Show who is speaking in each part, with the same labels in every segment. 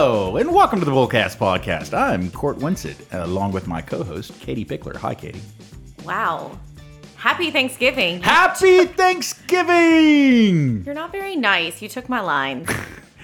Speaker 1: Welcome to the Bullcast Podcast. I'm Court Winsett, along with my co-host Katie Pickler. Hi, Katie.
Speaker 2: Wow. Happy Thanksgiving.
Speaker 1: Happy Thanksgiving!
Speaker 2: You're not very nice. You took my line.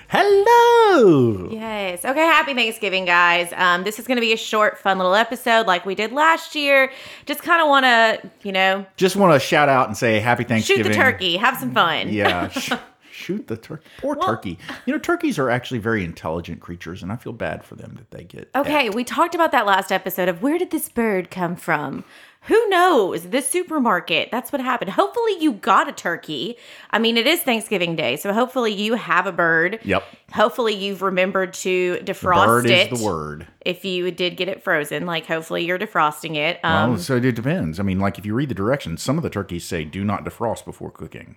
Speaker 1: Hello.
Speaker 2: Yes. Okay. Happy Thanksgiving, guys. Um, this is going to be a short, fun little episode like we did last year. Just kind of want to, you know,
Speaker 1: Just want to shout out and say Happy
Speaker 2: shoot
Speaker 1: Thanksgiving.
Speaker 2: the turkey, have some fun.
Speaker 1: Yeah. sh- shoot the turkey. Poor turkey. You know, turkeys are actually very intelligent creatures, and I feel bad for them that they get.
Speaker 2: Okay. We talked about that last episode of where did this bird come from? Who knows? The supermarket. That's what happened. Hopefully, you got a turkey. I mean, it is Thanksgiving Day, so hopefully, you have a bird.
Speaker 1: Yep.
Speaker 2: Hopefully, you've remembered to defrost
Speaker 1: Bird
Speaker 2: it.
Speaker 1: is the word.
Speaker 2: if you did get it frozen, like hopefully you're defrosting it.
Speaker 1: Well,
Speaker 2: Um,
Speaker 1: Oh, so it depends. I mean, like if you read the directions, some of the turkeys say do not defrost before cooking.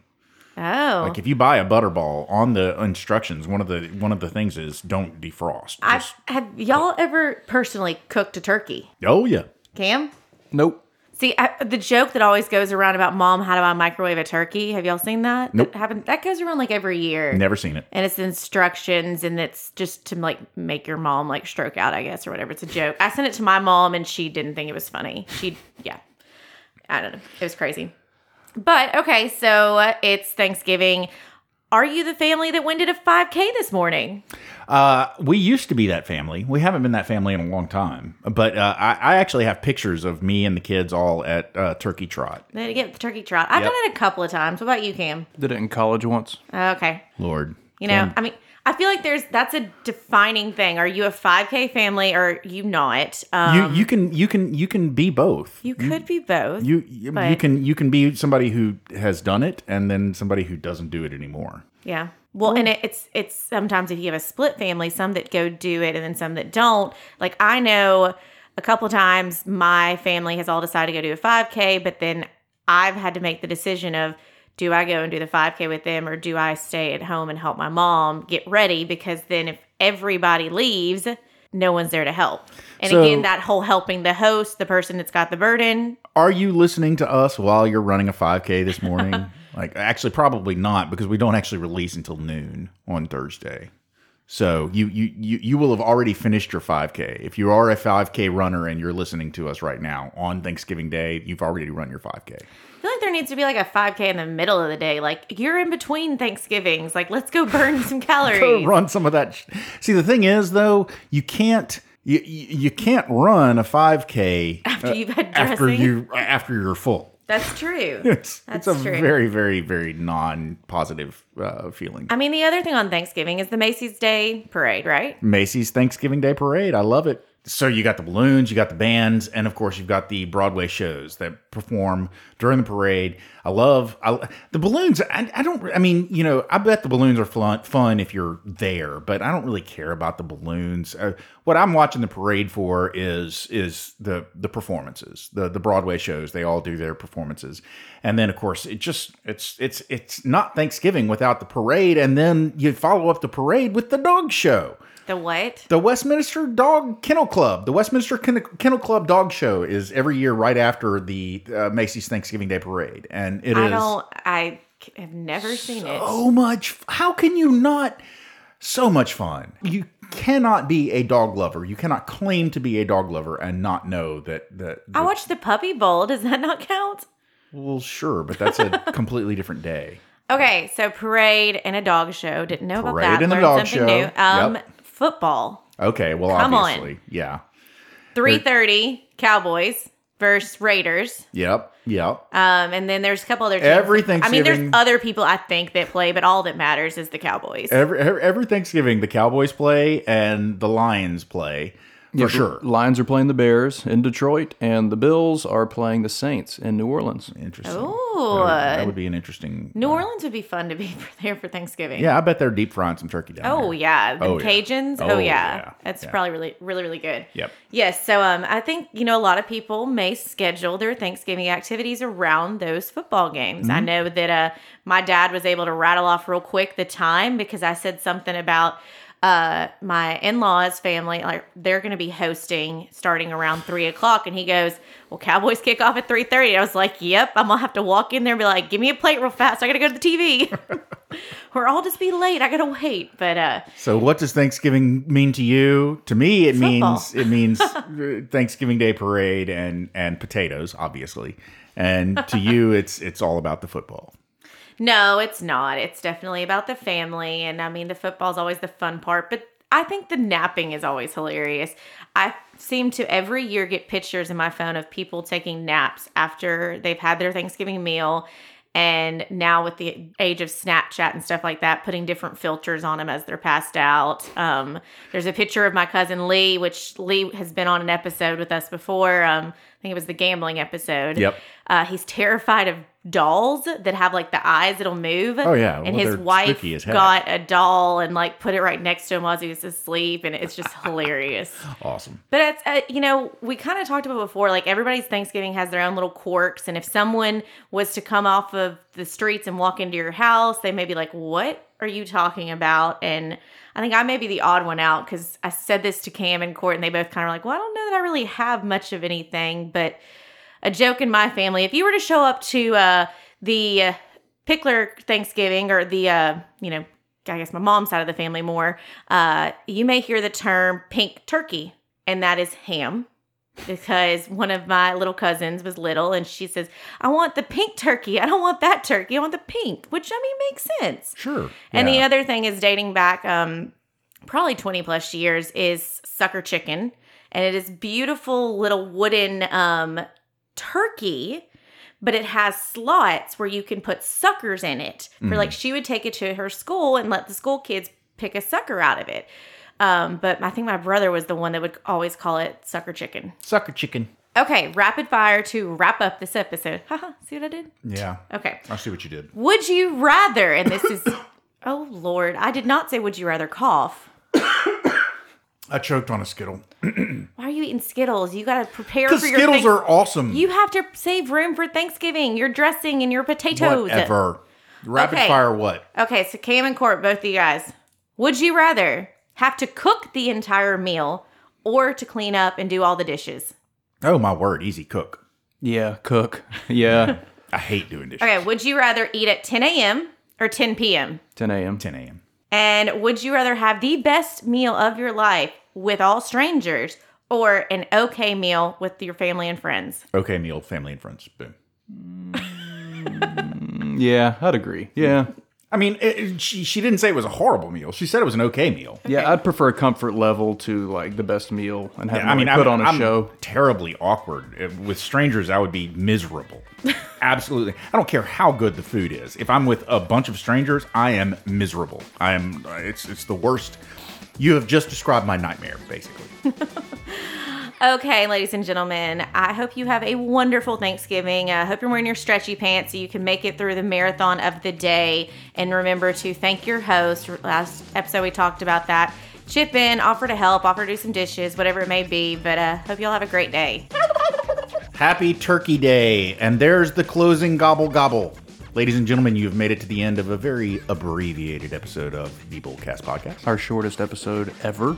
Speaker 2: oh,
Speaker 1: Like if you buy a butterball on the instructions, one of the one of the things is don't defrost.
Speaker 2: I
Speaker 1: Just-
Speaker 2: have y'all ever personally cooked a turkey?
Speaker 1: oh yeah.
Speaker 2: Cam,
Speaker 1: Nope.
Speaker 2: see I, the joke that always goes around about mom how do I microwave a turkey? Have y'all seen that?
Speaker 1: Nope.
Speaker 2: That, happened, that goes around like every year.
Speaker 1: Never seen it.
Speaker 2: And it's instructions, and it's just to like make your mom like stroke out, I guess, or whatever. It's a joke. I sent it to my mom, and she didn't think it was funny. She, yeah, I don't know. It was crazy. But okay, so uh, it's Thanksgiving. Are you the family that went to 5K this morning?
Speaker 1: Uh, we used to be that family. We haven't been that family in a long time. But uh, I, I actually have pictures of me and the kids all at uh, Turkey Trot.
Speaker 2: Then you get the turkey trot. I've
Speaker 1: Yep.
Speaker 2: done it a couple of times. What about you, Cam?
Speaker 3: Did it in college once.
Speaker 2: Okay,
Speaker 1: Lord,
Speaker 2: you know, I mean, I feel like there's that's a defining thing. Are you a 5K family or are you not? Um,
Speaker 1: you you can you can you can be both.
Speaker 2: you could be both.
Speaker 1: You you, you
Speaker 2: but-
Speaker 1: can you can be somebody who has done it and then somebody who doesn't do it anymore.
Speaker 2: Yeah. Well, and it, it's it's sometimes if you have a split family, some that go do it and then some that don't. Like I know a couple times my family has all decided to go do a 5K, but then I've had to make the decision of do I go and do the 5K with them or do I stay at home and help my mom get ready because then if everybody leaves, no one's there to help. And
Speaker 1: So-
Speaker 2: again, that whole helping the host, the person that's got the burden,
Speaker 1: Are you listening to us while you're running a 5K this morning? like, actually, probably not because we don't actually release until noon on Thursday. So you you you you will have already finished your 5K. If you are a 5K runner and you're listening to us right now on Thanksgiving Day, you've already run your 5K.
Speaker 2: I feel like there needs to be like a 5K in the middle of the day. Like you're in between Thanksgivings. Like let's go burn some
Speaker 1: Go
Speaker 2: calories.
Speaker 1: run some of that. Sh- See, the thing is though, you can't you you you can't run a 5K
Speaker 2: after you've had
Speaker 1: uh,
Speaker 2: dressing.
Speaker 1: after you after you're full.
Speaker 2: That's true.
Speaker 1: It's
Speaker 2: That's
Speaker 1: it's a
Speaker 2: true.
Speaker 1: very very very non-positive uh, feeling.
Speaker 2: I mean, the other thing on Thanksgiving is the Macy's Day Parade, right?
Speaker 1: Macy's Thanksgiving Day Parade. I love it. So you got the balloons, you got the bands, and of course you've got the Broadway shows that perform during the parade. I love I, the balloons. I, I don't. I mean, you know, I bet the balloons are fun, fun if you're there, but I don't really care about the balloons. Uh, what I'm watching the parade for is is the the performances, the the Broadway shows. They all do their performances, and then of course it just it's it's it's not Thanksgiving without the parade, and then you follow up the parade with the dog show.
Speaker 2: The what?
Speaker 1: The Westminster Dog Kennel Club. The Westminster Ken- Kennel Club Dog Show is every year right after the uh, Macy's Thanksgiving Day Parade, and it is
Speaker 2: I don't. I c- have never seen it.
Speaker 1: so much. f- How can you not? So much fun. You cannot be a dog lover. You cannot claim to be a dog lover and not know that that.
Speaker 2: I watched the Puppy Bowl. Does that not count?
Speaker 1: well, sure, but that's a completely different day.
Speaker 2: Okay, so parade and a dog show. Didn't know about
Speaker 1: Parade
Speaker 2: that.
Speaker 1: and a
Speaker 2: Learned
Speaker 1: dog show.
Speaker 2: something new. Um,
Speaker 1: Yep.
Speaker 2: football.
Speaker 1: Okay, well,
Speaker 2: Come on.
Speaker 1: obviously, yeah,
Speaker 2: Three thirty. Cowboys versus Raiders.
Speaker 1: yep, yep.
Speaker 2: Um, and then there's a couple other teams.
Speaker 1: Every
Speaker 2: I mean, there's
Speaker 1: Thanksgiving-
Speaker 2: other people I think that play, but all that matters is the Cowboys.
Speaker 1: Every, every every Thanksgiving, the Cowboys play and the Lions play for sure.
Speaker 3: Lions are playing the Bears in Detroit, and the Bills are playing the Saints in New Orleans.
Speaker 1: Interesting.
Speaker 2: Oh. Ooh.
Speaker 1: That would- that would be an interesting.
Speaker 2: New Orleans would be fun to be there for Thanksgiving.
Speaker 1: Yeah, I bet they're deep frying some turkey down
Speaker 2: Oh
Speaker 1: there.
Speaker 2: yeah, the
Speaker 1: Oh, yeah.
Speaker 2: Cajuns. Oh,
Speaker 1: Oh,
Speaker 2: yeah.
Speaker 1: yeah.
Speaker 2: that's
Speaker 1: Yeah.
Speaker 2: probably really, really, really good.
Speaker 1: Yep.
Speaker 2: Yes. So um, I think you know a lot of people may schedule their Thanksgiving activities around those football games. I know that uh, my dad was able to rattle off real quick the time because I said something about uh my in-laws family like they're gonna be hosting starting around three o'clock and he goes well cowboys kick off at 3.30 i was like yep i'm gonna have to walk in there and be like give me a plate real fast i gotta go to the tv or I'll just be late. I gotta wait. But uh,
Speaker 1: So, what does Thanksgiving mean to you? To me, it
Speaker 2: Football.
Speaker 1: means it means uh, Thanksgiving Day parade and and potatoes, obviously. And to you, it's it's all about the football.
Speaker 2: no, it's not. It's definitely about the family, and I mean the football's always the fun part, but I think the napping is always hilarious. I seem to every year get pictures in my phone of people taking naps after they've had their Thanksgiving meal. And now with the age of Snapchat and stuff like that, putting different filters on them as they're passed out. Um, there's a picture of my cousin Lee, which Lee has been on an episode with us before. Um, I think it was the gambling episode.
Speaker 1: Yep.
Speaker 2: Uh, he's terrified of dolls that have like the eyes that'll move.
Speaker 1: Oh, yeah. Well,
Speaker 2: And his
Speaker 1: they're
Speaker 2: wife
Speaker 1: spooky as heck.
Speaker 2: got a doll and like put it right next to him while he was asleep, and it's just hilarious.
Speaker 1: Awesome.
Speaker 2: But it's uh, you know we kind of talked about before, like everybody's Thanksgiving has their own little quirks, and if someone was to come off of the streets and walk into your house, they may be like, "What are you talking about?" And I think I may be the odd one out because I said this to Cam and Court, and they both kind of like, "Well, I don't know that I really have much of anything," but a joke in my family. If you were to show up to uh, the uh, Pickler Thanksgiving or the, uh, you know, I guess my mom's side of the family more, uh, you may hear the term pink turkey, and that is ham. Because one of my little cousins was little and she says, I want the pink turkey. I don't want that turkey. I want the pink, which I mean makes sense.
Speaker 1: Sure.
Speaker 2: And the uh,
Speaker 1: Yeah.
Speaker 2: other thing is dating back um, probably 20 plus years is sucker chicken. And it is beautiful little wooden um, turkey, but it has slots where you can put suckers in it. For like she would take it to her school and let the school kids pick a sucker out of it. Um, but I think my brother was the one that would always call it sucker chicken.
Speaker 1: sucker chicken.
Speaker 2: Okay, rapid fire to wrap up this episode. Haha, see what I did?
Speaker 1: Yeah.
Speaker 2: Okay.
Speaker 1: I see what you did.
Speaker 2: Would you rather? And this is, oh Lord, I did not say would you rather cough.
Speaker 1: I choked on a Skittle.
Speaker 2: Why are you eating Skittles? You got to prepare for
Speaker 1: Because
Speaker 2: your
Speaker 1: Skittles
Speaker 2: Thanks-
Speaker 1: are awesome.
Speaker 2: You have to save room for Thanksgiving, your dressing, and your potatoes.
Speaker 1: Whatever. Rapid
Speaker 2: Okay.
Speaker 1: fire what?
Speaker 2: Okay, so Cam and Court, both of you guys, would you rather have to cook the entire meal or to clean up and do all the dishes?
Speaker 1: Oh my word, easy cook.
Speaker 3: Yeah, cook. Yeah,
Speaker 1: I hate doing dishes.
Speaker 2: Okay, would you rather eat at 10 a.m. or 10 p.m.?
Speaker 3: 10 a.m.
Speaker 1: 10 a.m.
Speaker 2: And would you rather have the best meal of your life with all strangers or an okay meal with your family and friends?
Speaker 1: Okay, meal, family and friends. Boom.
Speaker 3: Yeah, I'd agree. Yeah,
Speaker 1: I mean, it, it- she she didn't say it was a horrible meal. She said it was an okay meal.
Speaker 3: yeah. I'd prefer comfort level to like the best meal and have
Speaker 1: I mean,
Speaker 3: put
Speaker 1: I'm,
Speaker 3: on a
Speaker 1: I'm
Speaker 3: show.
Speaker 1: terribly awkward Uh, with strangers. I would be miserable. Absolutely, I don't care how good the food is. If I'm with a bunch of strangers, I am miserable. I am. It's it's the worst. You have just described my nightmare, basically.
Speaker 2: Okay, ladies and gentlemen, I hope you have a wonderful Thanksgiving. I hope you're wearing your stretchy pants so you can make it through the marathon of the day. And remember to thank your host. Last episode, we talked about that. Chip in, offer to help, offer to do some dishes, whatever it may be. But uh, hope y'all have a great day.
Speaker 1: Happy Turkey Day, and there's the closing gobble gobble. Ladies and gentlemen, you've made it to the end of a very abbreviated episode of the Bullcast podcast.
Speaker 3: Our shortest episode ever.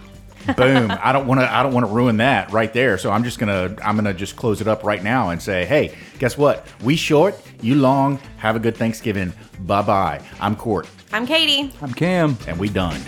Speaker 1: Boom. I don't want to. I don't want to ruin that right there. So I'm just gonna. I'm gonna just close it up right now and say, hey, guess what? We short, you long. Have a good Thanksgiving. Bye bye. I'm Court,
Speaker 2: I'm Katie.
Speaker 3: I'm Cam.
Speaker 1: and we done.